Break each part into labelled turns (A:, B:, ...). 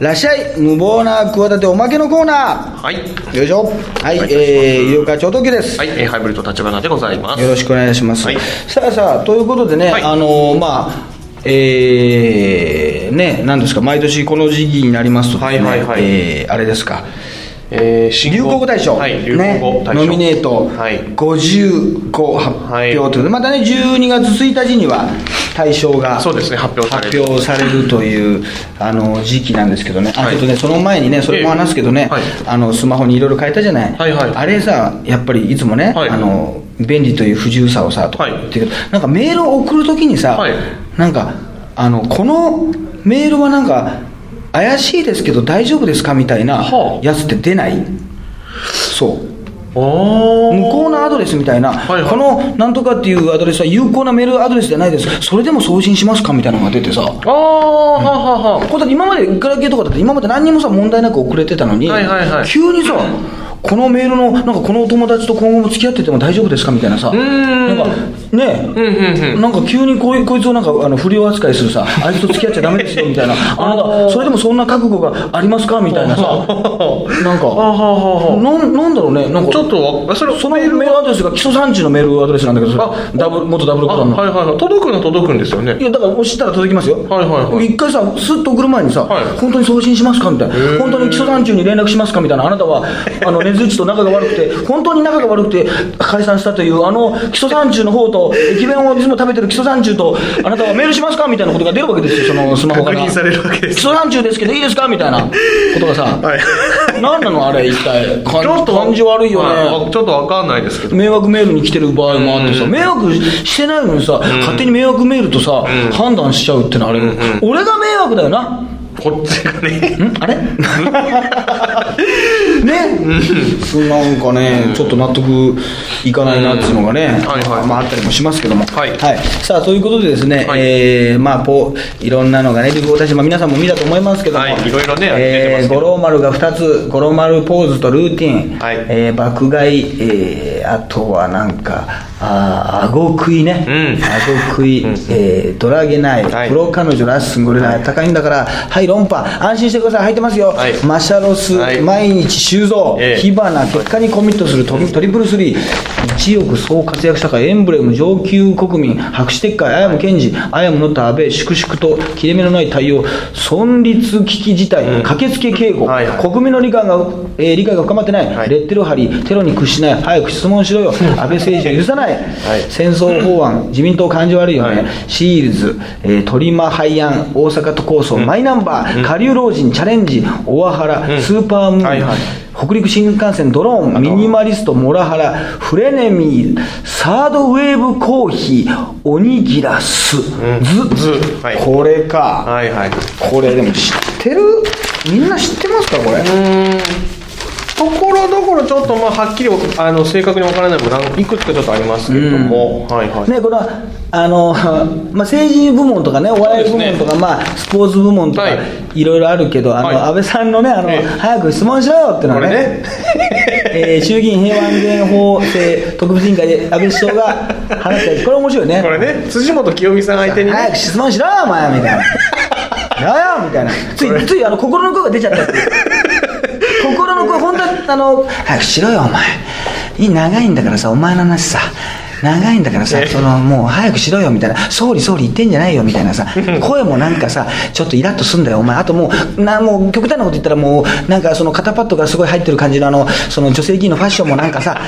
A: らっしゃい無謀な企ておまけのコーナ
B: はい。
A: ーよいしょはい、
B: はい
A: えー、ゆうか超特急です、
B: はい、えーハイブリッド立花でございます。
A: よろしくお願いします、
B: はい
A: さあさあということでね、
B: はい
A: あのーまあえー、ね何ですか毎年この時期になりますとですね、
B: はいはいはい
A: えーあれですか
B: えー新
A: 流行語大賞、
B: はい、流行語大賞。
A: ね、ノミネート
B: はい。
A: 55発
B: は
A: 表とい
B: い
A: うことで、またね12月1日には大賞が
B: そうですね発表される
A: 発表されるというあの時期なんですけどね、あ
B: は
A: ち
B: い
A: ょっとねその前にねそれも話すけどね、
B: ええはい
A: あのスマホにいろいろ変えたじゃない、
B: はいはい
A: あれさやっぱりいつもね、
B: はい
A: あの便利という不自由さをさとか
B: はい
A: 言ってるけど、なんかメールを送るときにさ、
B: はい
A: なんかあのこのメールはなんか怪しいですけど大丈夫ですかみたいな
B: はあ
A: やつって出ない、そう
B: おー
A: 向こうのアドレスみたいな、
B: はいはい
A: このなんとかっていうアドレスは有効なメールアドレスじゃないですそれでも送信しますかみたいなのが出てさ
B: あー、ははは。
A: これだって今までガラケーとかだって今まで何にもさ問題なく送れてたのに、
B: はいはいはい
A: 急にさこのメールのなんかこのお友達と今後も付き合ってても大丈夫ですかみたいなさ
B: ん
A: なんかね
B: うんうんうん。
A: なんか急にこいこいつをなんかあの不良扱いするさ、あいつと付き合っちゃダメですよみ たいな、あなた、それでもそんな覚悟がありますかみたいなさ、なんか、
B: あははは。
A: なんなんだろうね、なんか
B: ちょっとわ、それ、
A: そのメールアドレスが基礎産地のメールアドレスなんだけど、それ
B: あ
A: ダブル元ダブル
B: あ
A: コさんの。
B: はいはいはい。届くの届くんですよね
A: い。やだから押したら届きますよ、
B: はいはいはい
A: 一回さ、スッと送る前にさ、
B: はい
A: 本当に送信しますかみたいな
B: ー、
A: 本当に基礎山中に連絡しますかみたいな、あなたはあの根津っちと仲が悪くて、本当に仲が悪くて解散したという、あの基礎山中の方と、駅弁をいつも食べてる基礎山中と、あなたはメールしますかみたいなことが出るわけですよ、そのスマホから。
B: 確認されるわけで
A: 基
B: す
A: 礎山中ですけど、いいですかみたいなことがさ、
B: はい。
A: 何なの、あれ、一体、感感じ悪いよね。
B: はちょっとわかんないですけど。
A: 迷惑メールに来てる場合もあってさ、
B: うん
A: 迷惑してないのにさ、勝手に迷惑メールとさ、判断しちゃうってのはあれ、俺が迷惑だよな。
B: こっちがね。
A: んあ れね、そん、なんかね、ちょっと納得いかないなっていうのがね、
B: はいはい
A: まあ、あったりもしますけども、
B: はい
A: さあということでですね、
B: はい
A: えーまあこういろんなのがね流行語大賞、まあ、皆さんも見たと思いますけども、
B: はいいろいろね出てま
A: え
B: す
A: ー、
B: け
A: 五
B: ど
A: 郎丸が2つ五郎丸ポーズとルーティン、
B: はい
A: えー爆買い、えーあとはなんかあー顎食いね、
B: うん
A: 顎食い、えードラゲない、
B: はい
A: プロ彼女ラッスンゴリラ高いんだからはい論破安心してください入ってますよ、
B: はい
A: マシャロス、
B: はい
A: 毎日修造、
B: ええ
A: 火花結果にコミットするトリトリプルスリー一億総活躍社会エンブレム上級国民白紙撤回綾野健二綾野乗った安倍粛々と切れ目のない対応存立危機事態、駆けつけ警護、
B: はいはい
A: 国民の理解が、えー理解が深まってない、
B: はい
A: レッテルを貼りテロに屈しない早く質問しろよ安倍政治を許さない、
B: い
A: 戦争法案 自民党感じ悪いよね、
B: はい
A: シールズ、えー、トリマ廃案大阪都構想、マイナンバー、下流老人チャレンジオアハラ、スーパームーン、
B: はいはい
A: 北陸新幹線ドローンミニマリストモラハラフレネミーサードウェーブコーヒーおにぎらす、ず
B: ずはい
A: これか、
B: はいはい。
A: これでも知ってるみんな知ってますかこれ、
B: ところどころちょっとまあはっきりあの正確にわからないものいくつかちょっとありますけれども、はいはい、
A: ね、これはあの、まあ、政治部門とかね、お笑い部門とか、まあ、スポーツ部門とか、
B: はい
A: い、ろいろあるけど、あの
B: はい
A: 安倍さんのねあの、
B: ええ
A: 早く質問しろよってのはね
B: これね
A: えー衆議院平和安全法制特別委員会で安倍首相が話したやつ、これ面白いね、
B: これね辻元清美さん相手に
A: 早く
B: ね
A: 質問しろよ、お前みたい な、だよみたいな、ついついあの心の声が出ちゃったっていう心の声、本当はあの、早くしろよ、お前、いい長いんだからさ、お前の話さ。長いんだからさ、そのもう早くしろよみたいな、総理、総理言ってんじゃないよみたいなさ、声もなんかさ、ちょっとイラッとすんだよ、お前、あともう、なもう極端なこと言ったら、もう、なんかその肩パッドがすごい入ってる感じの、あのその女性議員のファッションもなんかさ、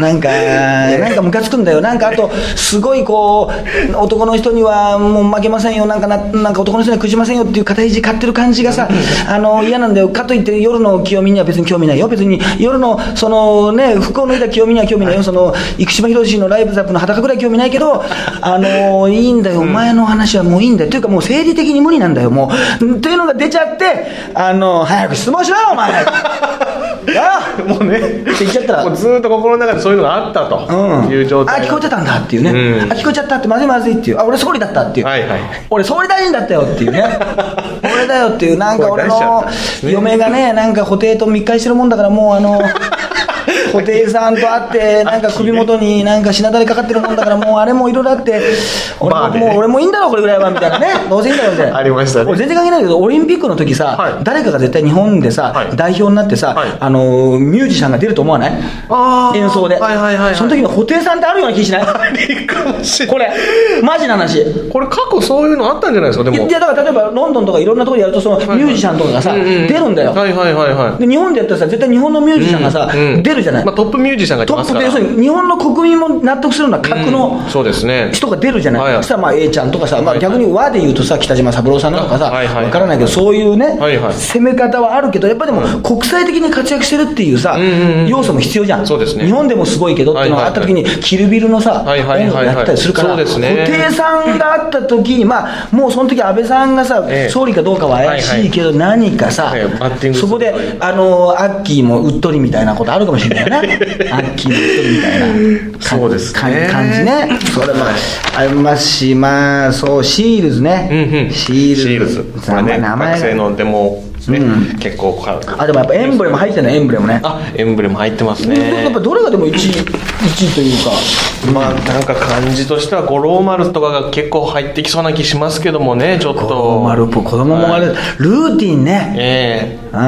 A: なんか、なんかムカつくんだよ、なんかあと、すごいこう、男の人にはもう負けませんよ、なんかななんか男の人にはくじませんよっていう肩肘買ってる感じがさ、あの嫌なんだよ、かといって夜の清美には別に興味ないよ、別に夜のそのね、服を脱いだ清美には興味ないよ、その生島博士のライブザップの裸ぐらい興味ないけど、あのいいんだよ、お前の話はもういいんだよ、というかもう生理的に無理なんだよ、もう。うんというのが出ちゃって、あの早く質問しろよ、お 前。あ
B: もうね
A: って言っちゃったら
B: もうずーっと心の中でそういうのがあった
A: うん、
B: という状態、
A: あ聞こえてたんだっていうね、
B: うん
A: あ聞こえちゃったってまずいまずいっていうあ俺総理だったっていう、
B: はいはい
A: 俺総理大臣だったよっていう ね俺だよっていうなんか俺
B: 声出しちゃ
A: の
B: ったんですね
A: 嫁がねなんか布袋と密会してるもんだからもうあの布袋さんと会ってなんか首元になんか品だれかかってるもんだからもうあれもいろいろあって俺
B: バ
A: も
B: ーで
A: もう俺もいいんだろこれぐらいはみたいなねどうせいいんだろみたいな
B: ありましたね
A: 俺全然関係ないけどオリンピックの時さ、
B: はい
A: 誰かが絶対日本でさ、
B: はい
A: 代表になってさ、
B: はい
A: あのーミュージシャンが出ると思わない
B: あー
A: 演奏で、
B: はいはいはいはい
A: その時の布袋さんってあるような気しない
B: いいかもしれない
A: これマジな話
B: これ過去そういうのあったんじゃないですかで
A: い
B: も
A: やいやだから例えばロンドンとかいろんなところでやるとそのミュージシャンとかがさ、
B: うんうん
A: 出るんだよ、
B: はいはいはいはい
A: で日本でやったらさ絶対日本のミュージシャンがさ、
B: うんうん
A: 出るじゃない、
B: まあ、トップミュージシャンがい
A: ト
B: ま
A: ッ
B: す
A: プっ
B: か
A: て
B: ら
A: 要するに日本の国民も納得するような格の
B: うんそうですね
A: 人が出るじゃない、
B: はい
A: そしたらまあ A ちゃんとかさ、ま
B: は
A: あ、
B: い
A: 逆に和で言うとさ北島三郎さんとかさ、
B: あはいはい
A: 分からないけどそういうね、
B: はいはい
A: 攻め方はあるけどやっぱでも国際的に活躍してるっていうさ、
B: んうんうん
A: 要素も必要じゃん
B: そうですね
A: 日本でもすごいけどっていうのがあった時に、
B: は
A: キルビルのさ、
B: はいはいはいはい
A: 音楽があったりするから
B: そうですね
A: 布袋さんがあった時にまあもうその時安倍さんがさ、
B: ええ
A: 総理かどうかは怪しいけど、何かさ、
B: ええバッティング
A: そ
B: する
A: こであのアッキーもうっとりみたいなことあるかもしれないよ ねアッキーもうっとりみたいなか
B: そうですね
A: か感じねそれもありますしまあそうシールズね、
B: うんうん、
A: シールズ
B: これね
A: 名前
B: 学生のでも、ね
A: う
B: 結構か
A: あでもやっぱエンブレム入ってないエンブレムね
B: あエンブレム入ってます
A: や
B: ね
A: っぱどれがでも1位一位というか
B: まあなんか感じとしては五郎丸とかが結構入ってきそうな気しますけどもねちょっと
A: ノーマルっぽい子供もあれ、
B: はい
A: ルーティンね
B: え
A: うん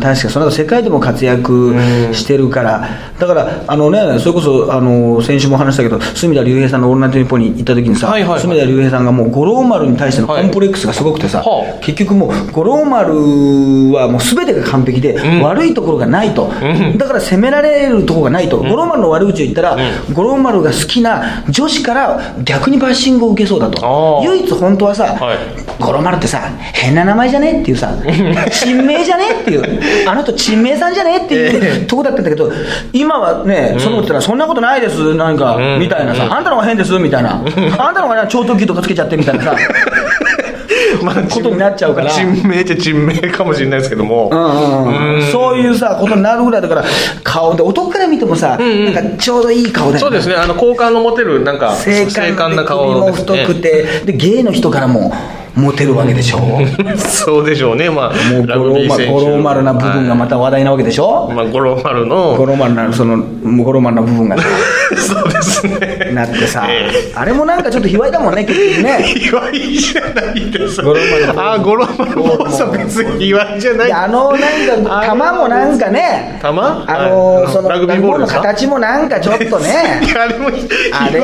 A: 確かにその後世界でも活躍してるから、だから、あのね、それこそあの先週も話したけど、隅田竜平さんの「オールナイトニッポン」に行った時にさ、
B: はいはいはい
A: 隅田竜平さんがもう五郎丸に対してのコンプレックスがすごくてさ、
B: はいはあ
A: 結局もう、五郎丸はもう全てが完璧で、
B: ん
A: 悪いところがないと、だから責められるところがないと、五郎丸の悪口を言ったら、五郎丸が好きな女子から逆にバッシングを受けそうだと
B: あ、ー
A: 唯一本当はさ、
B: はい
A: 五郎丸ってさ変な名前じゃねっていう さ珍名じゃねっていうあの人珍名さんじゃねっていうとこだったんだけど今はね、その子ってのはそんなことないですなんか、
B: うん
A: みたいなさ、あんたの方が変ですみたいなあんたの方が超特急とかつけちゃってみた いなさ
B: えまあ
A: ことになっちゃうから
B: 人名っちゃ人名かもしれないですけども、
A: うんうんうんそういうさことになるぐらいだから顔で男から見てもさ、なんかちょうどいい顔だよね
B: そうですねあの好感の持てるなんか
A: 性感
B: な
A: で
B: 顔
A: 首も
B: です
A: 太
B: ね
A: くて、で芸の人からもモテるわけでしょ
B: そうでしょうね、まあ、
A: もう
B: ラ
A: 五
B: グ
A: 郎
B: ビー
A: 丸
B: 選手
A: 五郎丸な部分がまた話題なわけでしょ、
B: はいまあ、五郎丸の、
A: ゴロマンなそのゴロマンな部分が
B: そうですね。
A: なってさ
B: え
A: あれもなんかちょっと卑猥だもんね結局ね
B: え祝いじゃないです。
A: 五郎丸の
B: ああ、五郎丸もさ、別に祝いじゃない。
A: であのなんか球もなんかね
B: 球
A: あの
B: はい
A: その
B: ラグビーボール
A: の
B: ですか
A: 形もなんかちょっとね
B: いやあれも、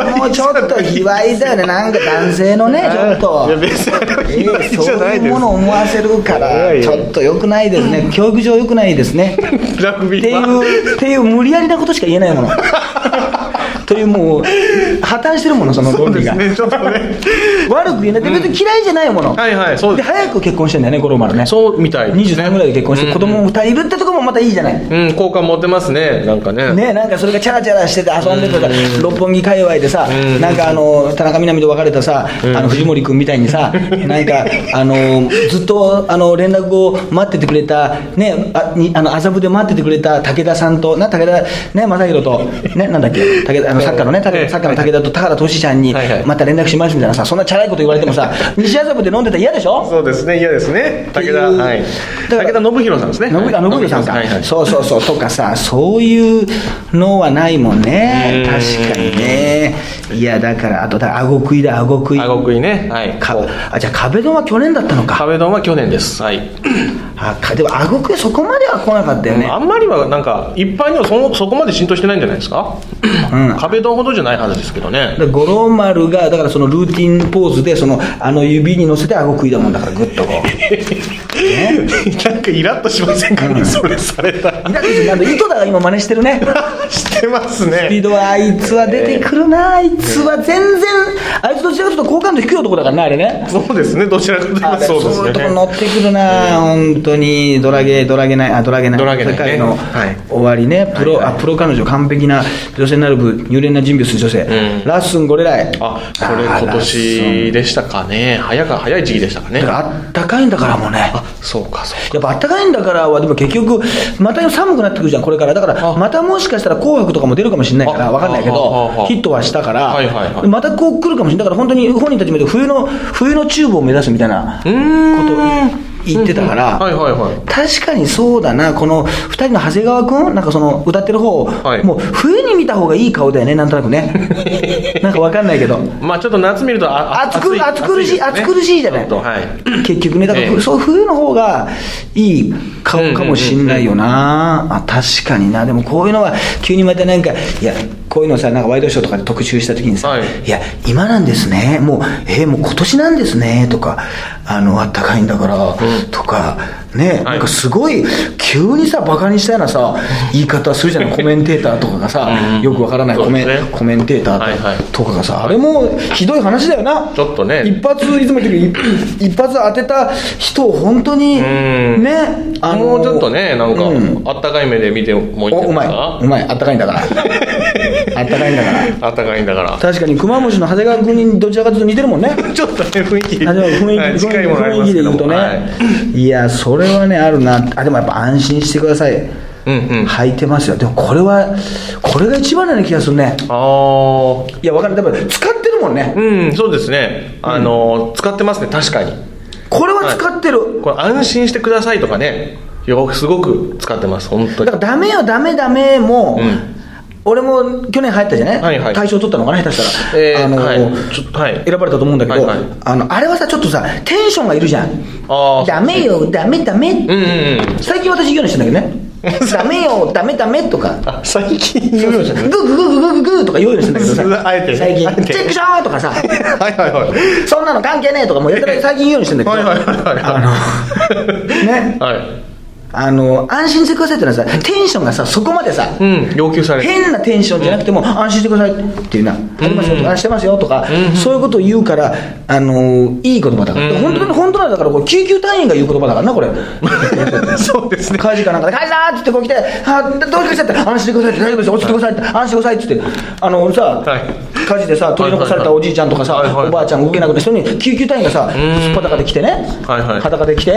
A: あれもちょっと卑猥だよねなんか男性のねちょっ
B: いや、
A: と。
B: 別にあれは
A: え
B: 祝い
A: え
B: じ
A: そう
B: ゃない
A: いう
B: で
A: ものを思わせるか
B: いや
A: ら
B: いや
A: ちょっと良くないですね教育上良くないですね
B: す。ラグビ
A: って
B: ーは。
A: いう、っていう無理やりなことしか言えないも の。というもう、破綻してるもの、その
B: そう
A: 論
B: で
A: 理
B: す
A: が。
B: ね、ちょっとね。
A: 悪く言えない。で別に嫌いじゃないもの。
B: はいはい、そう
A: で、
B: です。
A: 早く結婚してんだよね、五郎丸ね。
B: そうみたいですね
A: 23ぐらいで結婚して、子供も2人いるってとこもまたいいじゃない。
B: うん、好感持てますね、なんかね。
A: ね、なんかそれがチャラチャラしてて遊んでたら、六本木界隈でさ、なんかあの田中みな実と別れたさ、あの藤森君みたいに さ、なんかあのずっとあの連絡を待っててくれた、ね、あにあの麻布で待っててくれた武田さんと、な武田、ね、正宏と、ね、なんだっけ、武田あのサッカーのね、武
B: ええ
A: サッカーの武田と田原俊ちゃんに
B: はいはい、
A: また連絡しますみたいなさ、そんなチャラいこと言われても さ、西麻布で飲んでたら嫌でしょ
B: そうですね、嫌ですね。
A: てい
B: 武
A: う
B: 田、はい。
A: だから
B: 武田信弘さんですね。
A: 信あ信弘さんか、
B: はいはい。
A: そうそうそうとかさそういうのはないもんね
B: うん
A: 確かにねいやだからあとだ顎食いだ顎食い
B: あごくいね。はい。
A: かあじゃあ壁ドンは去年だったのか
B: 壁ドンは去年です。はい。
A: あかでも顎食いそこまでは来なかったよね
B: あんまりはなんか一般にはそのそこまで浸透してないんじゃないですか、
A: うん
B: 壁ドンほどじゃないはずですけどね
A: で五郎丸がだからそのルーティンポーズでそのあの指に乗せて顎食いだもんだからグッとこうね
B: なんかイラッとしませんかね、それされたら
A: イラッとするなんだ井戸田が今真似してる ね
B: してます
A: スピー
B: ね
A: ドはあいつは出てくるな、あいつは全然あいつどちらかというと好感度低い男だからなあれね
B: そうですねどちらかと言い
A: あ
B: ますそう
A: い
B: で
A: うと
B: す
A: こ
B: ね
A: 乗ってくるな、本当に、ドラゲ、ドラゲない、あ、ドラゲない、
B: ドラゲない
A: 世
B: ね
A: 界の
B: はい
A: 終わりね、プロ、
B: はいはい
A: あ、プロ彼女、完璧な女性になる部、入念な準備をする女性、
B: うん
A: ラッスンゴレライ、
B: あこれ
A: あー
B: 今年でしたかね早か早い時期でしたかね
A: だからあったかいんだからもうね、
B: あそうかそう
A: やっぱあったかいんだからは、でも結局、また寒くなってくるじゃん、これから、だから、またもしかしたら紅白とかも出るかもしれないから、
B: あ
A: わかんないけ
B: あああ
A: ど
B: あ、
A: ヒットはしたから、
B: はいはいはい
A: でまたこう来るかもしれない、だから本当に本人たちも言うと冬の、冬のチューブを目指すみたいなこと
B: うーん
A: 言ってたから、
B: はいはいはい
A: 確かにそうだな、この2人の長谷川君、なんかその歌ってる方、
B: はい
A: もう冬に見た方がいい顔だよね、なんとなく ね、なんかわかんないけど、
B: まあちょっと夏見るとあ
A: 暑く暑苦しい、暑苦しいじゃない、
B: ちょっとはい
A: 結局ね、だから、
B: ええ
A: そう冬の方がいい顔かもしんないよな、あ確かにな、でもこういうのは、急にまたなんか、いや、こういうのさ、なんかワイドショーとかで特集したときにさ、
B: はい
A: いや、今なんですね、もう、えーもう今年なんですね、とか、あの、あったかいんだから、とか、ね、なんかすごい、急にさ、バカにしたようなさ、言い方するじゃない、コメンテーターとかがさ
B: う、ん
A: よくわからないコメ,、
B: そうですね
A: コメンテータ
B: はいはい
A: ーとかがさ、あれもひどい話だよな。
B: ちょっとね
A: 一発、いつも言ってるけど一一発当てた人を本当に、
B: ん
A: ね、あの
B: もうちょっとねなんか、
A: うん
B: あったかい目で見てもいいん
A: お
B: じゃ
A: うま
B: ない
A: い、う
B: で
A: まい、あったかいんだ から。あったかいんだから。
B: すかあったかいんだから
A: 確かに、熊虫の長谷川君にど ちらかというと似てるもんね。
B: ちょっとね雰囲気
A: あでも雰囲気、
B: はい
A: 雰囲
B: 近い
A: 気
B: ものあり
A: 雰囲
B: ます
A: 気
B: け
A: で
B: ど
A: 言うとね、
B: はい
A: い、やそれはねあるなあでもやっぱ安心してください、
B: うんうん
A: 履いてますよでもこれはこれが一番なような気がするね
B: ああ
A: いやわかる多分使ってるもんね
B: うんそうですねあの、使ってますね確かに
A: これは使ってる、
B: これ安心してくださいとかねよくすごく使ってます本当
A: だ
B: に
A: からダメよダメダメも、
B: うん
A: 俺も去年入ったじゃない、
B: はいはい
A: 大賞取ったのかな下手したら、
B: えー
A: あの
B: はいちょっとはい
A: 選ばれたと思うんだけど、
B: はいはい
A: あのあれはさちょっとさテンションがいるじゃん
B: あー
A: ダメよダメダメ、
B: うんうんうん
A: 最近私言うようにしてんだけどねダメよダメダメとか
B: あ最近
A: グ
B: 言うようにな
A: ー
B: っ
A: グ
B: た
A: ーグーグーグーグーとか言うようにしてんだけどさ
B: あえて
A: 最近
B: あえて
A: チェックショーとかさ
B: はいはいはい
A: そんなの関係ねえとかもうやたら最近言うようにしてんだけど
B: はいはいはいはい
A: あのね
B: はい
A: あの安心してくださいってのはさテンションがさそこまでさ、
B: うん要求される
A: 変なテンションじゃなくても、安心してくださいっていうな、ありますよとか、あしてますよとか、そういうことを言うから、あのーいい言葉だから、本当に本当なんだから、これ救急隊員が言う言葉だからな、これ、
B: そうですね
A: 火事かなんかで、火事だーって言ってこう来て、あーどうにかしちゃって、安心してくださいって、大丈夫ですよ、落ち着いてくださいって、安心してくださいって言って、あの俺さ、
B: はい
A: 火事でさ、取り残されたおじいちゃんとかさ、
B: はいはいはい
A: おばあちゃん動けなくて、それに救急隊員がさ、すっぱだかで来てね、
B: はいはい
A: 裸 で来て、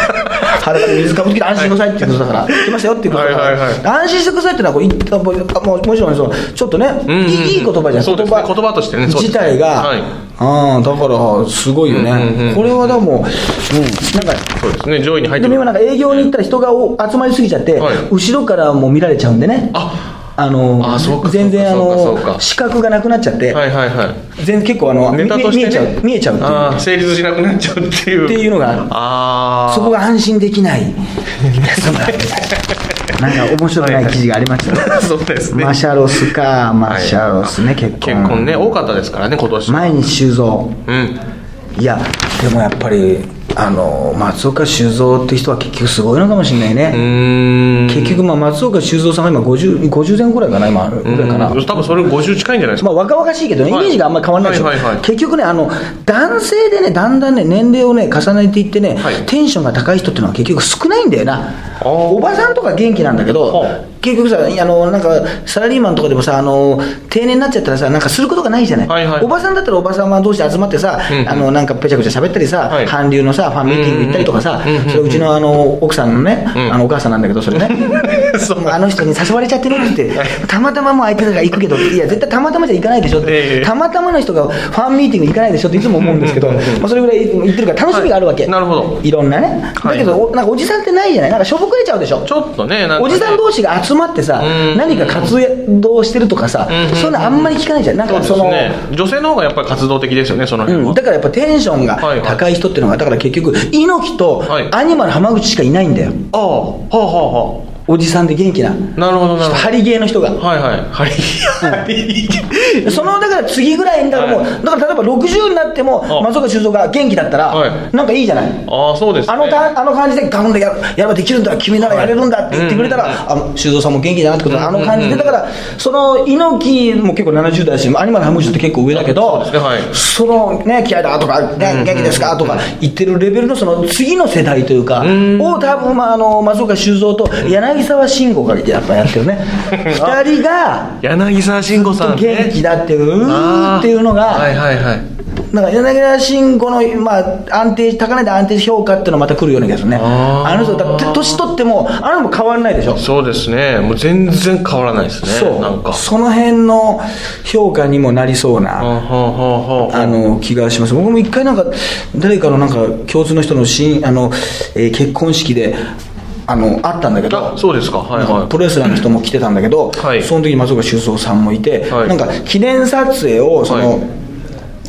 A: 裸で水かぶってきて、安心してくださいっていうことだから、来ましたよっていうことだから、
B: はいはいはい
A: 安心してくださいってのはこういったもう、もちろんその、ちょっとね、
B: んうんうん
A: いいいい言葉じゃん、
B: そうですね言葉としてねそうです
A: 自
B: ね
A: 体が、
B: はい
A: あーだから、すごいよね、
B: うんうんうん
A: これはでも、うん、なんか、
B: そうですね上位に入っ
A: で
B: て
A: も
B: る
A: 今なんか営業に行ったら人がお集まりすぎちゃって、
B: はい
A: 後ろからも見られちゃうんでね
B: あ
A: あの
B: あそうか
A: 全然あ
B: そうかそう
A: の
B: か
A: 視覚がなくなっちゃって、
B: はいはいはい
A: 全結構あの
B: ネタと
A: 見
B: し
A: 見え
B: て
A: ちゃ
B: ね
A: う見えちゃうっていう
B: あー成立しなくなっちゃうっていう
A: っていうのがある
B: ああ
A: そこが安心でき ないいやそうだみたいななんか面白くない記事がありましたね、
B: そうですね
A: マシャロスかマシャロスね、結婚
B: 結婚ね多かったですからね今年
A: 毎日修造
B: うん
A: いやでもやっぱりあの松岡修造って人は結局すごいのかもしれないね、
B: うーん
A: 結局、まあ、松岡修造さんが今50、50前後ぐらいかな、今、ぐらいかな。
B: 多分それ50近いんじゃないです
A: ま
B: か
A: あ、若々しいけどね、イメ
B: はい
A: ージがあんまり変わらないでしょ、
B: はいはいはい
A: 結局ねあの、男性でね、だんだんね、年齢をね、重ねていってね、
B: はい
A: テンションが高い人っていうのは結局少ないんだよな、
B: あー
A: おばさんとか元気なんだけど
B: はあ、
A: 結局さあの、なんかサラリーマンとかでもさあの、定年になっちゃったらさ、なんかすることがないじゃない、
B: はいはい
A: おばさんだったらおばさんはどうして集まってさ、
B: うんうん
A: あのなんかぺちゃくちゃ喋ったりさ、
B: はい
A: 韓流のさ、ファンミーティング行ったりとかさ、
B: うんうんうんうん
A: それうちのあの奥さんのね、
B: うん
A: あのお母さんなんだけど、それね。
B: そう
A: あの人に誘われちゃってね って、たまたまもう相手だから行くけど、いや、絶対たまたまじゃ行かないでしょっ
B: え
A: て、
B: え
A: たまたまの人がファンミーティング行かないでしょっていつも思うんですけど、
B: うん
A: ま
B: うんうん
A: あそれぐらい言ってるから、楽しみがあるわけ、
B: はいなるほど
A: いろんなね、だけど、おなんかおじさんってないじゃない、なんかしょぼくれちゃうでしょ
B: ち。ょっとねなんかね
A: おじさん同士が集まってさ、
B: うん
A: 何か活動してるとかさ、
B: うんうん
A: そういうのあんまり聞かないじゃん、なん
B: そう
A: か
B: で
A: そ
B: す
A: の、
B: ね女性の方がやっぱり活動的ですよねその辺
A: う
B: は
A: ん、だからやっぱテンションが
B: はいはい
A: 高い人っていうのが、だから結局、猪木と
B: はい
A: アニマル浜口しかいないんだよ、
B: ああはあはあは
A: おじさんで元気な、
B: あなるほどなる
A: ハ
B: ほ
A: リゲーの人が。
B: どはいはいハリハリ
A: そのだから次ぐらいにだからもう、
B: はい
A: だから例えば60になっても
B: あ
A: 松岡修造が元気だったら、
B: はい
A: なんかいいじゃない
B: ああそうですね
A: あのたあの感じで頼んでややればできるんだ君ならやれるんだって言ってくれたら、あ修造さんも元気だなってことだあの感じで、だからその猪木も結構70代だしアニマルハムシって結構上だけど
B: そうですねはい
A: そのね気合だとか、ね、元気ですかとか言ってるレベルのその次の世代というか、を多分、まあ、あの松岡修造と柳沢慎吾がやっぱやってる ね二人が
B: 柳沢慎吾さんね
A: 元気だってうーっていうのが、
B: はいはいはい
A: なんか柳田慎吾の、まあ、安定高値で安定評価っていうのまた来るような気がするね
B: あー
A: あの人だって年取ってもあの人も変わらないでしょ
B: そうですねもう全然変わらないですね
A: そう
B: なんか
A: その辺の評価にもなりそうな、
B: はあはあはあ
A: あの気がします僕も一回なんか誰かのなんか共通の人のしあの、えー結婚式であの会ったんだけど
B: あそうですかはい
A: なんか
B: は
A: プロレスラーの人も来てたんだけど、
B: はい
A: その時に松岡修造さんもいて、
B: はい
A: なんか記念撮影をその、
B: はい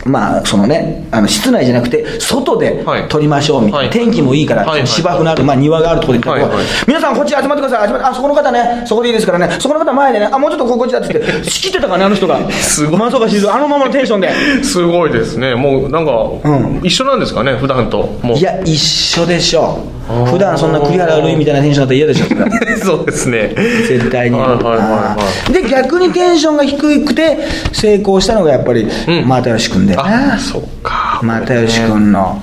A: まあそのねあの室内じゃなくて外で
B: はい
A: 撮りましょうみたいな、
B: はい
A: 天気もいいから、
B: はいはい
A: 芝生のある、まあ、庭があるところで撮って、
B: はいはい
A: 皆さんこっち集まってください集まってあそこの方ねそこでいいですからねそこの方前でねあもうちょっとここっちだって言って仕切ってたからねあの人が
B: すごい
A: 松岡修造あのままのテンションで
B: いすごいですねもうなんか、
A: う
B: 一緒なんですかね普段ともう
A: いや一緒でしょう普段そんな栗原るいみたいなテンションだったら嫌でしょそれは
B: そうですね
A: 絶対に、
B: はいはいはいはい
A: で逆にテンションが低くて成功したのがやっぱり
B: ん
A: 又吉君で、
B: あそうか
A: 又吉君の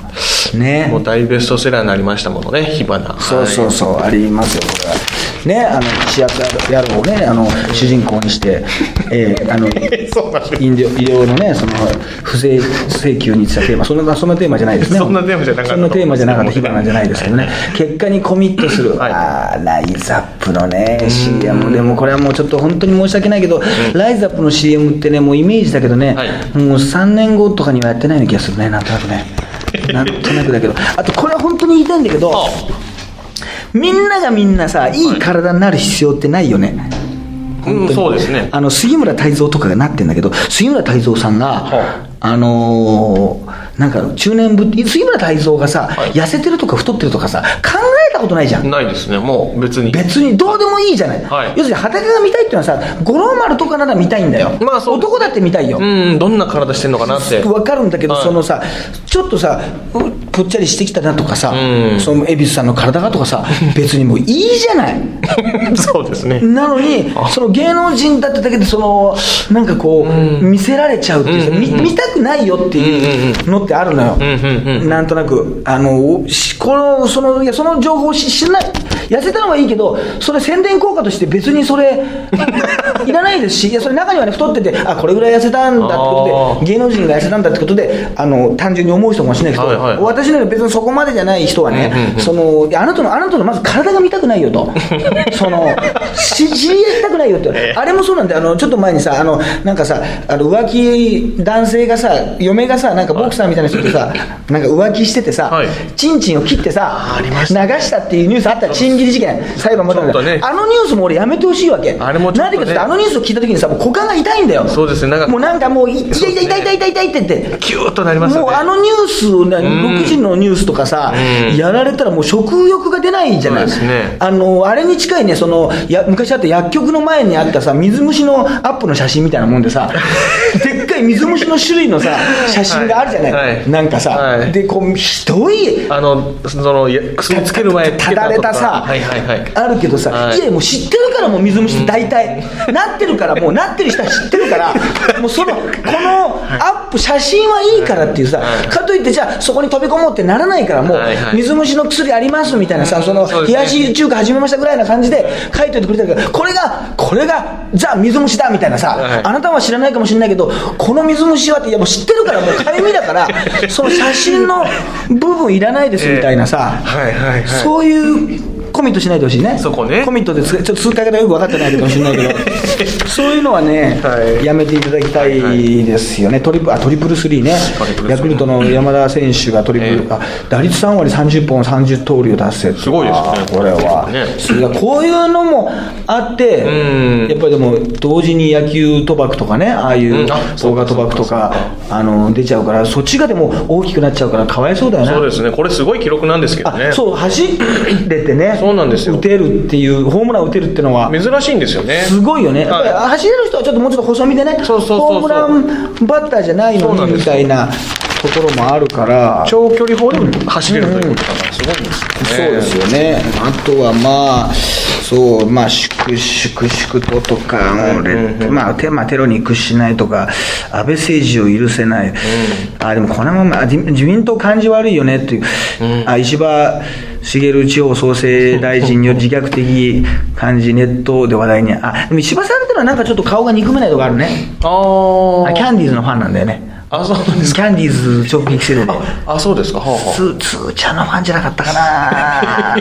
A: ね
B: もう大ベストセラーになりましたものね火花
A: そうそうそう、ありますよこれはねあのシアター野郎をねあの主人公にして、えーあの
B: そうなんです
A: 医療医療のねその不正請求にしたテーマそんなそんなテーマじゃないですね
B: そんなテーマじゃなかった
A: そんなテーマじゃなかった火花じゃないですけどね結果にコミットする、
B: はい
A: ああライザップのね CM でもこれはもうちょっと本当に申し訳ないけど、ライザップの CM ってねもうイメージだけどね、
B: はい
A: もう3年後とかにはやってないような気がするねなんとなく ねなんとなくだけどあとこれは本当に言いたいんだけど
B: あ
A: みんながみんなさいい体になる必要ってないよね、
B: うんそうですね
A: あの杉村太蔵とかがなってんだけど杉村太蔵さんが、
B: は
A: あのーなんか中年ぶり杉村太蔵がさ、
B: はい
A: 痩せてるとか太ってるとかさ考えたことないじゃん
B: ないですねもう別に
A: 別にどうでもいいじゃない、
B: はい
A: 要するに裸が見たいっていうのはさ五郎丸とかなら見たいんだよ、
B: まあそう
A: 男だって見たいよ、
B: うんどんな体してんのかなって
A: わかるんだけど、
B: はい
A: そのさちょっとさうぽっちゃりしてきたなとかさ、
B: うん
A: その恵比寿さんの体がとか さ別にもういいじゃない
B: そうですね
A: なのにその芸能人だっただけでそのなんかこう、見せられちゃうっていうさ、み見たくないよっていうのってあるのよ、
B: んうん
A: なんとなくあのしこのそのいやその情報をし知らない痩せたのはいいけどそれ宣伝効果として別にそ れいらないですしいやそれ中にはね太っててあこれぐらい痩せたんだってこと
B: あー
A: で芸能人が痩せたんだってことであの単純に思う人かもしれないけど、
B: はいはい
A: 私のように別にそこまでじゃない人はね、そのいやあなたのあなたのまず体が見たくないよ とそのし知り合いたくないよって、あれもそうなんであのちょっと前にさあのなんかさあの浮気男性がさ嫁がさなんかボクサーみたいな人と さ、なんか浮気しててさ、
B: はい
A: チンチンを切ってさ流したっていうニュースあったチン切り事件裁判もあったんだけど
B: ちょっとね
A: あのニュースも俺やめてほしいわけ
B: あれもちょ
A: なん
B: っとね
A: でかって言ったらあのニュースを聞いた時にさもう股間が痛いんだよ
B: そうですねなんか
A: もうなんかもうい痛い痛い痛い痛い痛い痛いって言って
B: キューッとなりますよ
A: もうあ
B: ね
A: のニュースをね、6時のニュースとかさ、
B: うん
A: やられたらもう食欲が出ないじゃない
B: そうですね
A: あのあれに近いねそのや昔あった薬局の前にあったさ水虫のアップの写真みたいなもんで さでっかい水虫の種類のさ写真があるじゃない、
B: はいはい
A: なんかさ、
B: はい
A: でこうひどい
B: あのそのいや薬つける前つ
A: た
B: け
A: だれ
B: 後と
A: た
B: か
A: さ、
B: はいはいはい
A: あるけどさ、
B: はい
A: い、やもう知ってるからもう水虫って大体、 なってるからもうなってる人は知ってるからもうそのこのアップ写真はいいからっていうさ、
B: はい
A: かといってじゃあそこに飛び込もうってならないからもう、
B: はいはい
A: 水虫の薬ありますみたいなさその
B: そうです
A: 冷
B: ね
A: やし中華始めましたぐらいな感じで書いといてくれてるからこれがこれがザ水虫だみたいなさ、
B: はい
A: あなたは知らないかもしれないけどこの水虫はっていやもう知ってるからもうかゆみだから その写真の部分いらないですみたいなさ、
B: はいはいはい
A: そういうコミットしないでほしいね。
B: そこね
A: コミットでつちょっと数回がよく分かってない けどもしれないけど、そういうのはね、
B: はい
A: やめていただきたいですよね。トリプあトリプルスリーね
B: トリプルスリー。
A: ヤクルトの山田選手がトリプル、
B: ええ
A: あ打率3割30本30盗塁を達成ってう
B: すごいですね
A: あこれは。
B: ね
A: それがこういうのもあって、
B: うん
A: やっぱりでも同時に野球賭博とかね、ああいう
B: う
A: 動
B: んあそう
A: 画
B: か
A: 賭博と
B: そう
A: かあの出ちゃうから、そっちがでも大きくなっちゃうからかわいそうだよね。
B: そうですねこれすごい記録なんですけどね
A: あそう走れてね
B: そうなんですよ
A: 打てるっていうホームラン打てるっていうのは
B: 珍しいんですよね
A: すごいよね、やっぱり
B: は
A: 走れる人はちょっともうちょっと細身でね
B: そうそうそうそう
A: ホームランバッターじゃない
B: そう
A: の
B: なん
A: に
B: で
A: み
B: すよ
A: たいなところもあるから
B: 長距離砲でも走れるということだからすごいんです
A: そう
B: よね
A: ですよね、あとはまあ、そう、まあ、粛々粛々ととか、もうレッドまあテまあ、テロに屈しないとか、安倍政治を許せない、あでもこのままあ自自民党、感じ悪いよねっていう、あ石破茂地方創生大臣 による自虐的感じ、ネットで話題に、あでも石破さんってのは、なんかちょっと顔が憎めないとかあるね、
B: あ
A: あ
B: ー
A: キャンディーズのファンなんだよね。
B: あそうなんです
A: キャンディーズ直撃してるんで
B: あそうですかはあ、は
A: ススーちゃんのファンじゃなかったかななん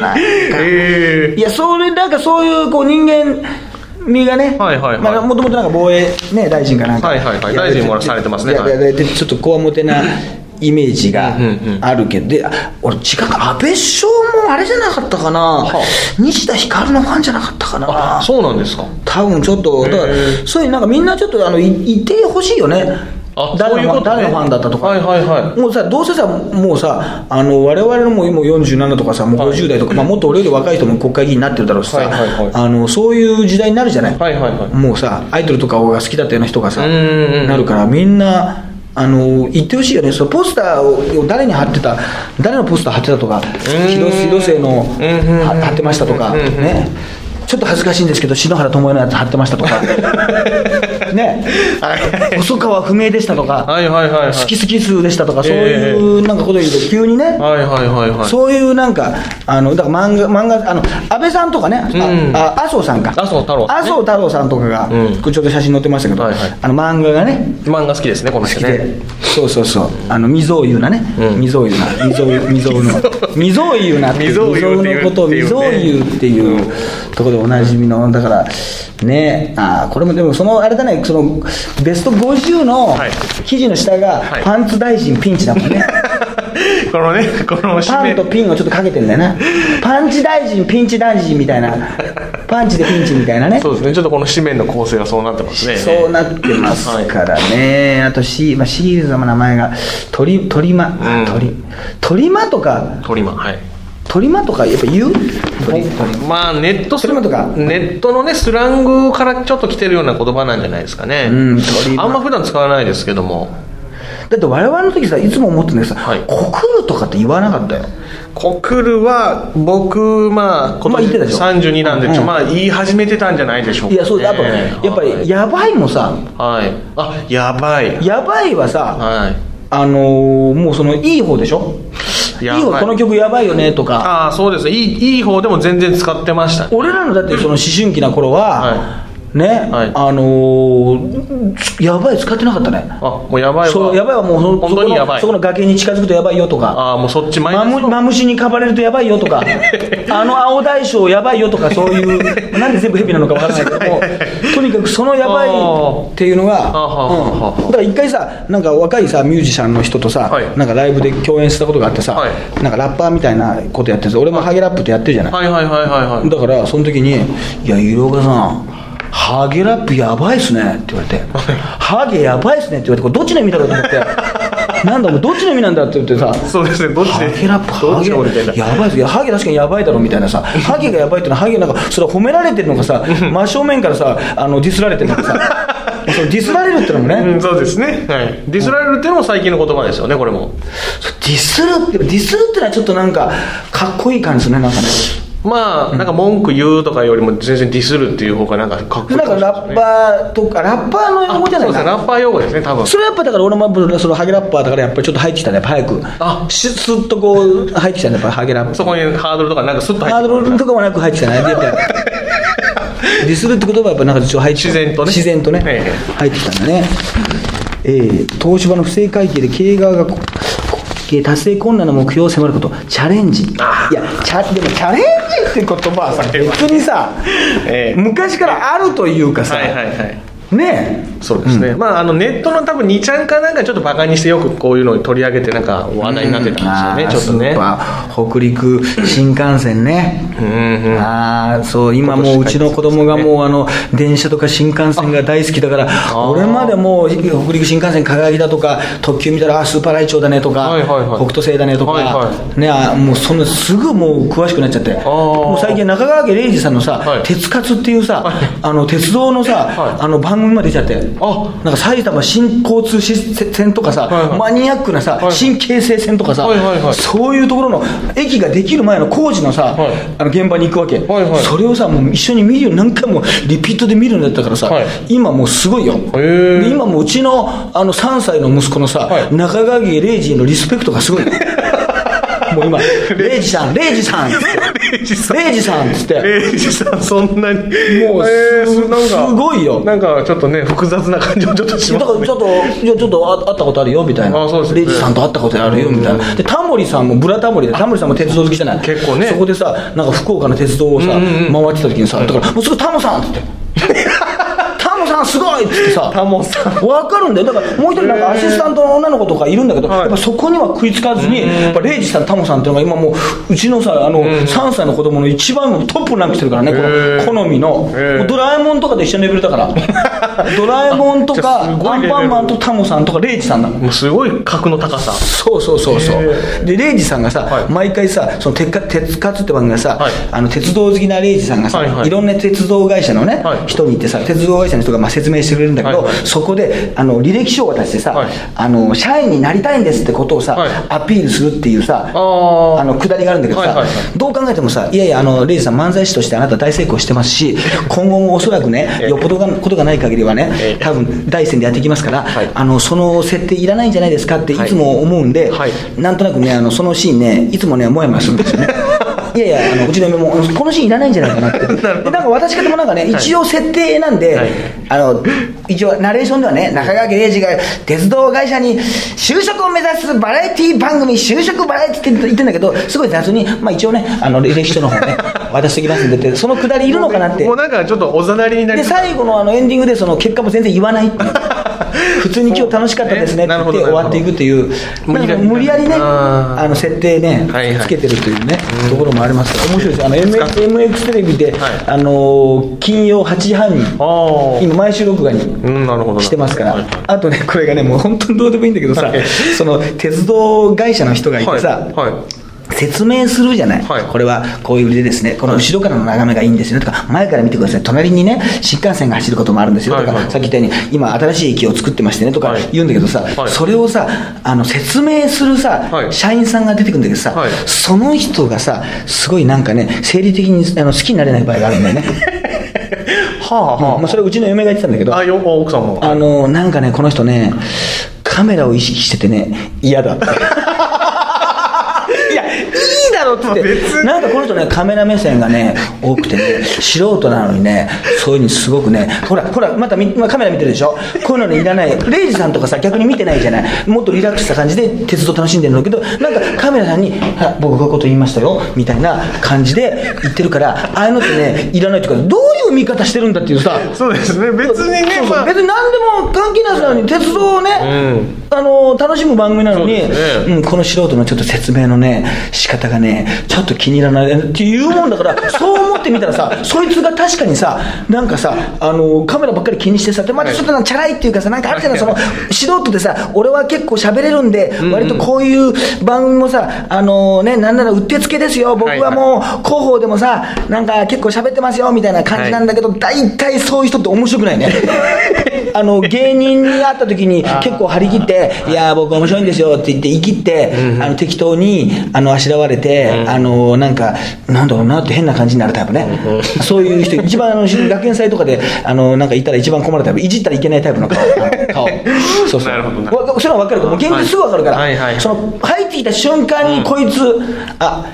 A: か
B: あ、え
A: いやそれなんかそういうこう人間身がね、
B: はいはいはい
A: まあ、もともとなんか防衛、ね、大臣かなんか、
B: はいはいはい
A: や
B: 大臣もされてますね
A: いやいや
B: はい
A: やでちょっとこわもてなイメージが
B: うんうん
A: あるけど、であ俺、違うか、安倍首相もあれじゃなかったかな、西田ひかるのファンじゃなかったか
B: あ
A: な、
B: そうなんですか
A: 多分ちょっと、だから
B: へー
A: そういうなんかみんなちょっとあのいいてほしいよね
B: あ、
A: 誰
B: そういう
A: の
B: こ
A: ファ
B: と
A: ン
B: ね
A: 誰のファンだったとか。
B: はいはいはい
A: もうさどうせさ、もうさ、あの我々のもう今47とかさ、もう50代とか、まあ、もっと俺より若い人も国会議員になってるだろうしさ、
B: はいはいはい
A: あのそういう時代になるじゃない、
B: はいはいはい
A: もうさアイドルとかが好きだったような人がさ
B: うんうんうん
A: なるからみんなあの言ってほしいよねそのポスターを誰に貼ってた誰のポスター貼ってたとか
B: ん
A: 広瀬広瀬の
B: うんうん
A: は貼ってましたとか
B: うんうんうん
A: ねちょっと恥ずかしいんですけど篠原智恵のやつ貼ってました とかね細川不明でしたとか
B: はいはいはいはい
A: 好き好き数でしたとかそうい
B: え
A: うなんかこと言うと急にね
B: はいはいはいはい
A: そういうなんか、あのだから漫画、漫画あの安倍さんとかね、
B: うん
A: ああ麻生さんか、
B: 麻生太郎さんね
A: 麻生太郎さんとかが、
B: うん
A: これちょっと写真載ってましたけど、
B: はいはい
A: あの漫画がね、
B: 漫画好きですねこの
A: 好
B: 人
A: きで、
B: ね
A: そうそうそう、あの未曾有なね、
B: うん
A: 未曾有な、未 曾有未曾有の、未曾有なっていう、
B: 未曾有っていう
A: のことを、
B: っていう
A: 未
B: ね
A: 曾有っていうところでおなじみの、だから、ね、あーこれもでも、そのあれだね、そのベスト50の
B: はい
A: 記事の下が、
B: はい
A: パンツ大臣ピンチだもん ね。
B: このねこの締
A: パン
B: め
A: とピンをちょっとかけてんだよなパンチ大臣ピンチ大臣みたい なパンチでピンチみたいなね
B: そうですねちょっとこの紙面の構成がそうなってますね
A: そうなってますからね、あとシ,、まあ、シリーズの名前が鳥鳥間、
B: うん
A: 鳥鳥間とか
B: トリマはい
A: 鳥間とかやっぱ言う鳥鳥
B: まあネットス
A: それもとか
B: ネットのねスラングからちょっと来てるような言葉なんじゃないですかね、
A: うんトリマ
B: あんま普段使わないですけども
A: だって我々の時さいつも思ってんだけどさ、
B: はい
A: コクルとかって言わなかったよ
B: コクルは僕まあ今
A: まあ言ってたでしょ
B: 年32なんで、
A: うん
B: まあ言い始めてたんじゃないでしょうか、
A: い
B: ね、
A: やそうだあとやっぱりやばいもさ
B: はい、はい、あやばい
A: やばいはさ、
B: はい
A: あのーもうそのいい方でしょいい
B: やばい
A: 方この曲やばいよねとか
B: ああそうですねいいいい方でも全然使ってました
A: 俺らのだってその思春期な頃は、
B: は
A: ね、
B: はい
A: あのーつやばい使ってなかったね
B: あもうやばいわ
A: そうやばいはもうその
B: 本当にやばい
A: そこのそこの崖に近づくとやばいよとか
B: ああもうそっちマイ
A: マ
B: ナス
A: ムマムシにかばれるとやばいよと かあの青大将やばいよとかそう いうなんで全部ヘビなのかわからないけどもとにかくそのやばいっていうのが、
B: あー
A: うんだから一回さなんか若いさミュージシャンの人とさ、
B: はい
A: なんかライブで共演したことがあってさ、
B: はい
A: なんかラッパーみたいなことやってるんですよ俺もハゲラップってやってるじゃない、
B: はいはいはいはいはい
A: だからその時に「いや色岡さんハゲラップやばいっすね」って言われて「ハゲやばいっすね」って言われてこれどっちの意味だろうと思 って「なんだお前どっちの意味なんだ」って言ってさ
B: そうですねどっちで
A: ハゲラップ
B: ど
A: ハ
B: っち
A: ゲ
B: が俺みたいな
A: やばいっすいやハゲ確かにやばいだろみたいなさハゲがやばいってのはハゲなんかそれは褒められてるのかさ真正面からさあのディスられてるのか さそのディスられるってのもね、
B: うん、そうですね、はい、ディスられるっていうのも最近の言葉ですよねこれも
A: そうディスるってディスるってのはちょっとなんかかっこいい感じですねなんかね
B: まあなんか文句言うとかよりも全然ディスるっていう方がなんかかっこいい
A: なんかラッパーとかラッパーの用語じゃないか
B: そうです
A: な
B: ねラッパー用語ですね多分
A: それはやっぱだから俺もやっぱそのハゲラッパーだからやっぱりちょっと入ってきたねやっぱ早く
B: あ
A: しスッとこう入ってきたねやっぱハゲラッパー
B: そこにハードルとかなんかスッと
A: ハー
B: 入って
A: ドルとかもなく入ってきたねやっ ぱディスるって言葉はやっぱなんかちょっと入ってきた
B: 自然とね
A: 自然とね、
B: ええ
A: 入ってきたんだねえー東芝の不正会計で経営側がこ経営達成困難の目標を迫ることチャレンジいやチャでもチャレンジって言葉はさ 別にさ、
B: ええ
A: 昔からあるというかさ、
B: はいはいはい
A: ねえ
B: そうですね、まああのネットの多分2ちゃんかなんかちょっとバカにしてよくこういうのを取り上げてなんか話題になってたんですよね、ちょっとね
A: あースーパー北陸新幹線ね
B: うんうん
A: ああそう今もううちの子供がもうあの電車とか新幹線が大好きだから
B: ー
A: 俺までもう北陸新幹線輝きだとか特急見たらあースーパーライチョウだねとか
B: はいはいはい
A: 北斗星だねと
B: はい
A: か
B: は
A: ねあーもうそのすぐもう詳しくなっちゃってもう最近中川家礼二さんの
B: は
A: さ
B: い
A: 鉄活っていうさあの鉄道の
B: は
A: さ
B: い
A: あの番組まで出ちゃって
B: あ
A: なんか埼玉新交通シス線とかさ
B: はいはい
A: マニアックなさ
B: い
A: 新京成線とかさ
B: はいはいはい
A: そういうところの駅ができる前の工事のさ、
B: はい
A: あの現場に行くわけ、
B: はいはい
A: それをさもう一緒に見るよう何回もリピートで見るんだったからさ、
B: はい
A: 今もうすごいよ
B: ー
A: で今もううちのあの3歳の息子のさ、
B: はい
A: 中川家レイジーのリスペクトがすごいよももう今「レイジさんレイジさん」
B: レイジさん
A: レイジさん」っつって
B: レイジさんそんなにもう、
A: す
B: そなんか
A: すごいよ
B: なんかちょっとね複雑な感じもちょっとし
A: だ
B: ま
A: か
B: す
A: ら
B: ね
A: ちょっと「いやちょっとあ会ったことあるよ」みたいな
B: あそうですね
A: レイジさんと会ったことあるよ」みたいなでタモリさんも「ブラタモリ」でタモリさんも鉄道好きじゃない
B: 結構ね
A: そこでさなんか福岡の鉄道をさ
B: う
A: 回
B: んうんうん
A: ってた時にさだから「もうすぐタモさん」っつって 「タモさんすごい!」っつってさ
B: タモさん
A: わかるんだよだからもう一人なんかアシスタントの女の子とかいるんだけど、
B: はい
A: やっぱそこには食いつかずに、やっぱレイジさんタモさんっていうのが今もううちのさあの、3歳の子供の一番のトップにランクしてるからねこ
B: へー
A: の好みの、
B: へー
A: もうドラえもんとかで一緒のレベルだから ドラえもんとか
B: あ
A: ア
B: じゃあす
A: ン
B: ごいレベル
A: パンマンとタモさんとかレイジさんなの
B: もうすごい格の高さ
A: そうそうそう
B: へ
A: そうでレイジさんがさ、
B: はい
A: 毎回さ「その鉄か鉄活」って番組がさ、
B: はい
A: あの鉄道好きなレイジさんがさ、
B: はい
A: い
B: はい
A: ろんな鉄道会社のね、
B: はい
A: 人に行ってさ鉄道会社の人がまあ説明してくれるんだけど、
B: はいはい
A: そこであの履歴書を渡してさ、
B: はい
A: あの社員になりたいんですってことをさ、
B: はい
A: アピールするっていうさ
B: あー
A: のくだりがあるんだけどさ、
B: はいはいはい
A: どう考えてもさいやいやあのレイジさん漫才師としてあなた大成功してますし今後もおそらくね
B: え
A: よっぽどがことがない限りは
B: え
A: ね
B: え
A: 多分第一線でやっていきますから、
B: はい
A: あのその設定いらないんじゃないですかっていつも思うんで、
B: はい
A: なんとなくねあのそのシーンねいつもねモヤモヤするん ですよねいやいやあのうちの嫁もあのこのシーンいらないんじゃないかなってでなんか私方もなんかね一応設定なんで、
B: はい
A: あの一応ナレーションではね中川家礼二が鉄道会社に就職を目指すバラエティ番組就職バラエティって言ってんだけどすごい雑に、まあ、一応ねあの履歴書の方ね渡してきますんでってそのくだりいるのかなって
B: もうなんかちょっとおざなりになり
A: で
B: そう
A: 最後のあのエンディングでその結果も全然言わないっていう普通に今日楽しかったですねって言って
B: えなるほど
A: 終わっていくっていう
B: 無
A: なん
B: 理や
A: か
B: り
A: 無理やりね
B: あー
A: あの設定ね
B: はいはい
A: つけてるというねところもありますから面白いですあの MX MX テレビで
B: はい
A: あの金曜8時半に
B: ああ
A: 今毎週録画に
B: うんなるほどな
A: してますか
B: はい
A: ら
B: はい
A: あとねこれがねもう本当にどうでもいいんだけどさ
B: はい
A: その鉄道会社の人がいてさ
B: はいはい
A: 説明するじゃない、
B: はい
A: これはこういう売りでですねこの後ろからの眺めがいいんですよとか前から見てください隣にね新幹線が走ることもあるんですよとか、
B: はいはい
A: さっき言ったように今新しい駅を作ってましてねとか
B: はい
A: 言うんだけどさ、
B: はい
A: それをさあの説明するさ、
B: はい
A: 社員さんが出てくるんだけどさ、
B: はい
A: その人がさすごいなんかね生理的にあの好きになれない場合があるんだよね、
B: はあ はあ、
A: まあ、それはうちの嫁が言ってたんだけど
B: あよあ奥さんも
A: あのなんかねこの人ねカメラを意識しててね嫌だっていやいいだろっつっ
B: 別
A: て
B: に
A: なんかこの人ねカメラ目線がね多くてね素人なのにねそういうのにすごくねほらほらまたみ今カメラ見てるでしょこういうのにいらないレイジさんとかさ逆に見てないじゃないもっとリラックスした感じで鉄道楽しんでるんだけどなんかカメラさんにあ「僕こういうこと言いましたよ」みたいな感じで言ってるからああいうのってねいらないっていうかどういう見方してるんだっていうさ
B: そうですね別にね
A: そうそう
B: まあ
A: 別に何でも関係ないですのに鉄道をね、あの楽しむ番組なのに
B: そうですね
A: うん、この素人のちょっと説明のね仕方がねちょっと気に入らないっていうもんだから そう思ってみたらさそいつが確かにさなんかさあのカメラばっかり気にしてさでまたちょっとなんかチャラいっていうかさなんかあるじゃないその素人でさ俺は結構喋れるんで、割とこういう番組もさあのねなんならうってつけですよ僕はもう広報でもさなんか結構喋ってますよみたいな感じなんだけど、大体そういう人って面白くないね あの芸人に会った時に結構張り切って「いやー僕面白いんですよ」って言って言い切って、あの適当にあのあしらわれて、あのなんかなんだろうなって変な感じになるタイプね、そういう人一番あの学園祭とかであのなんかいたら一番困るタイプいじったらいけないタイプ の顔顔そうそう
B: なるほどな
A: わそれは分かるからもう現実すぐ分かるから、
B: はいはいはい
A: その入ってきた瞬間にこいつ、あ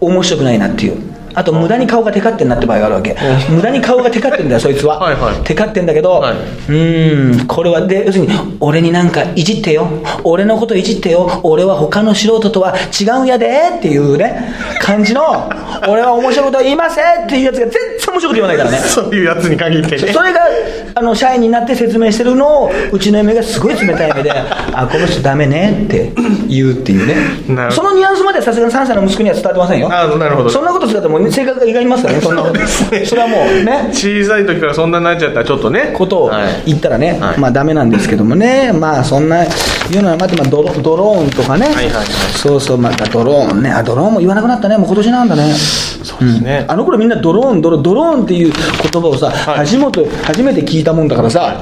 A: 面白くないなっていうあと無駄に顔がテカってんなって場合があるわけ、無駄に顔がテカ ってんだよそいつは
B: はいはい
A: テカってんだけど、
B: はいう
A: ーんこれはで要するに俺になんかいじってよ俺のこといじってよ俺は他の素人とは違うんやでっていうね感じの俺は面白いことは言いませんっていうやつが全然面白いこと言わないからね
B: そういうやつに限ってね
A: それがあの社員になって説明してるのをうちの嫁がすごい冷たい目 で「あこの人ダメね」って言うっていう
B: なる
A: ね
B: ほど
A: そのニュアンスまではさすがに3歳の息子には伝わってませんよ
B: あなるほど
A: そんなことするともう性格が歪みますからねそんなこと
B: そうですね
A: それはもうね
B: 小さい時からそんなになっちゃったらちょっとね
A: ことを
B: はい
A: 言ったらね、
B: はい
A: まあダメなんですけどもね、まあそんな、いうのはまた、まあドロ、ドローンとかね、
B: いはいはい
A: そうそう、またドローンね、あ、ドローンも言わなくなったね、もう今年なんだね。
B: そうですね、
A: あの頃みんなドローン、ドローン、ドローンっていう言葉をさ、
B: い
A: 初めて、初めて聞いたもんだからさ、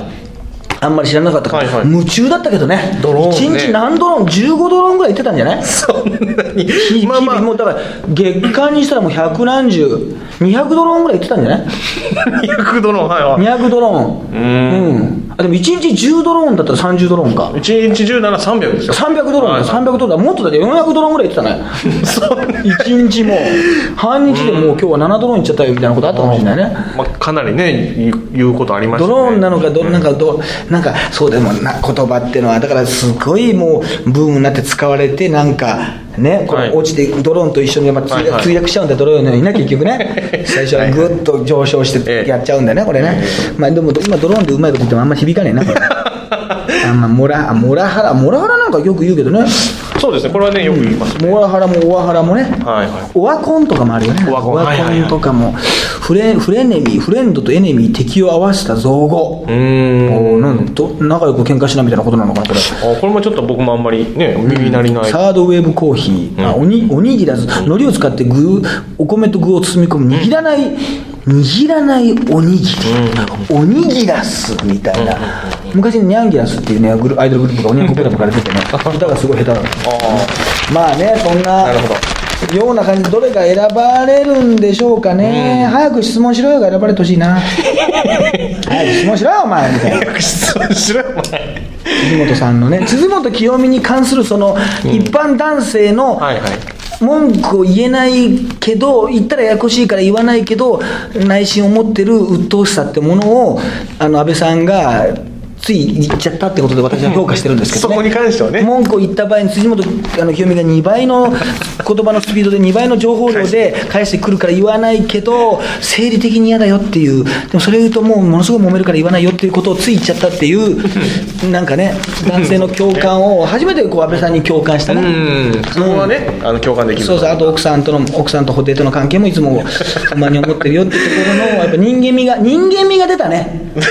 A: あんまり知らなかったから、
B: はいはい
A: 夢中だったけどね
B: ドローンね
A: 1日何ドローン15ドローンぐらい行ってたんじゃない
B: そんなに
A: 日
B: まあ
A: 々
B: まあ
A: もうだから月間にしたらもう百何十200ドローンぐらい行ってたんじゃない
B: 200度のはいはい
A: 200ドローン
B: ん
A: うんあでも1日10ドローンだったら30ドローンか
B: 1日17300ですよ
A: 300ドローンだ300ドローンだもっとだって400ドローンぐらい行ってたね 1日もう半日でもう今日は7ドローン行っちゃったよみたいなことあったかもしれないね
B: まあ、かなりね言う言うことありました
A: ド
B: ね
A: ローンなのかど、なんかど、なんか、そうでもな、言葉っていうのは、だからすごいもう、ブームになって使われて、なんか、ね、こ
B: はい
A: の落ちて、ドローンと一緒に、まあ、通
B: はいはい
A: 通訳しちゃうんだ、ドローンのようにね、結局 ね、最初はぐっと上昇し
B: え
A: て
B: え
A: やっちゃうんだね、これね。まあ、でも、今、ドローンでうまいこと言っても、あんま響かねえな、 これ。あんま、モラ、あモラハラ、モラハラなんかよく言うけどね、
B: そうですねこれはねよく言います、
A: モラハラもオワハラもね、
B: はいはい
A: オワコンとかもあるよね。
B: オワコンはいはいはい
A: とかも、フレ、フレネミー、フレンドとエネミー、敵を合わせた造語。
B: うーん
A: おーなんと仲良く喧嘩しなみたいなことなのかなこれ
B: あこれもちょっと僕もあんまりね耳慣れない、
A: サードウェーブコーヒー、あおにおにぎらず海苔を使って具お米と具を包み込む握らない、握らないおにぎり、おにぎらすみたいな、昔にニャンギラスっていうねグルアイドルグループがおにゃんこクラブから出てね歌がすごい下手なの
B: あ
A: まあねそんな
B: なるほ
A: ような感じでどれが選ばれるんでしょうかね、早く質問しろよが選ばれてほしい な早く質問しろよお前みたいな
B: あ質問しろよお前
A: 辻元さんのね辻元清美に関するその一般男性の
B: はいはい
A: 文句を言えないけど言ったらややこしいから言わないけど内心を持ってる鬱陶しさってものをあの安倍さんがつい言っちゃったってことで私は評価してるんですけど、
B: そ
A: ね、
B: こに関してはね
A: 文句を言った場合に辻元あの清美が2倍の言葉のスピードで2倍の情報量で返してくるから言わないけど生理的に嫌だよっていうでもそれ言うともうものすごい揉めるから言わないよっていうことをつい言っちゃったっていう なんかね男性の共感を初めてこう安倍さんに共感したね
B: うんそこはね、あの共感できる
A: そうそうあと奥さんとの奥さんと布袋との関係もいつも不満に思ってるよってところのやっぱ人間味が人間味が出たねこれ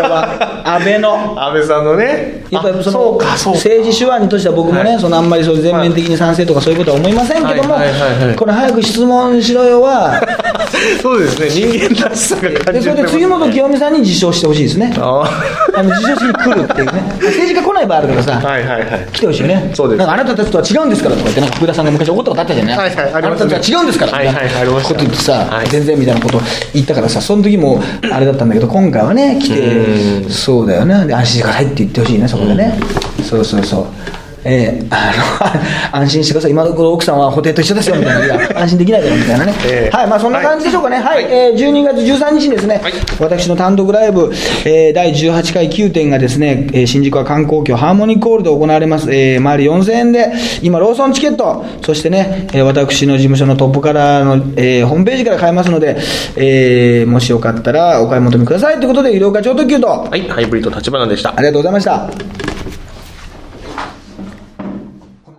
A: は安倍の
B: 安倍さんのね
A: やっぱり
B: あ
A: その
B: うかそうか
A: 政治手腕にとしては僕もね、
B: はい
A: そのあんまりそう全面的に賛成とかそういうことは思いませんけども、
B: はいはいはいはい
A: この早く質問しろよ は、
B: そうですね人間らしさが感
A: で
B: じ
A: それ
B: られ
A: で
B: ます
A: 杉本清美さんに自称してほしいですね、
B: ああ
A: あの自称しに来るっていうね、政治家来ない場合あるからさ、
B: はいはいはい
A: 来てほしいよね、
B: そうです
A: なんかあなたたちとは違うんですからとか言って、なんか福田さんが昔怒ったことあったじゃない、
B: はいはいありま
A: な
B: すね
A: たたちは違うんですから
B: はいはいありました
A: こと言ってさ、
B: はい
A: 全然みたいなこと言ったからさ、その時もあれだったんだけど、今回はね、来
B: う
A: て、そうだよね、で安心してくださいって言ってほしいね、そこでね、そうそうそう。ええあの 安心してください、今の頃奥さんは布袋と一緒ですよみたいな、いや安心できないからみたいなね、
B: ええ
A: はい、まあそんな感じでしょうかね、はい、
B: はい
A: えー12月13日にですね、
B: はい
A: 私の単独ライブ、えー第18回9点がですね、えー新宿は観光協ハーモニーコールで行われます、えー周り4000円で、今、ローソンチケット、そしてね、えー私の事務所のトップカラーの、えーホームページから買えますので、えーもしよかったらお買い求めくださいということで、医療課長特急と、
B: はいハイブリッド立花でした
A: ありがとうございました。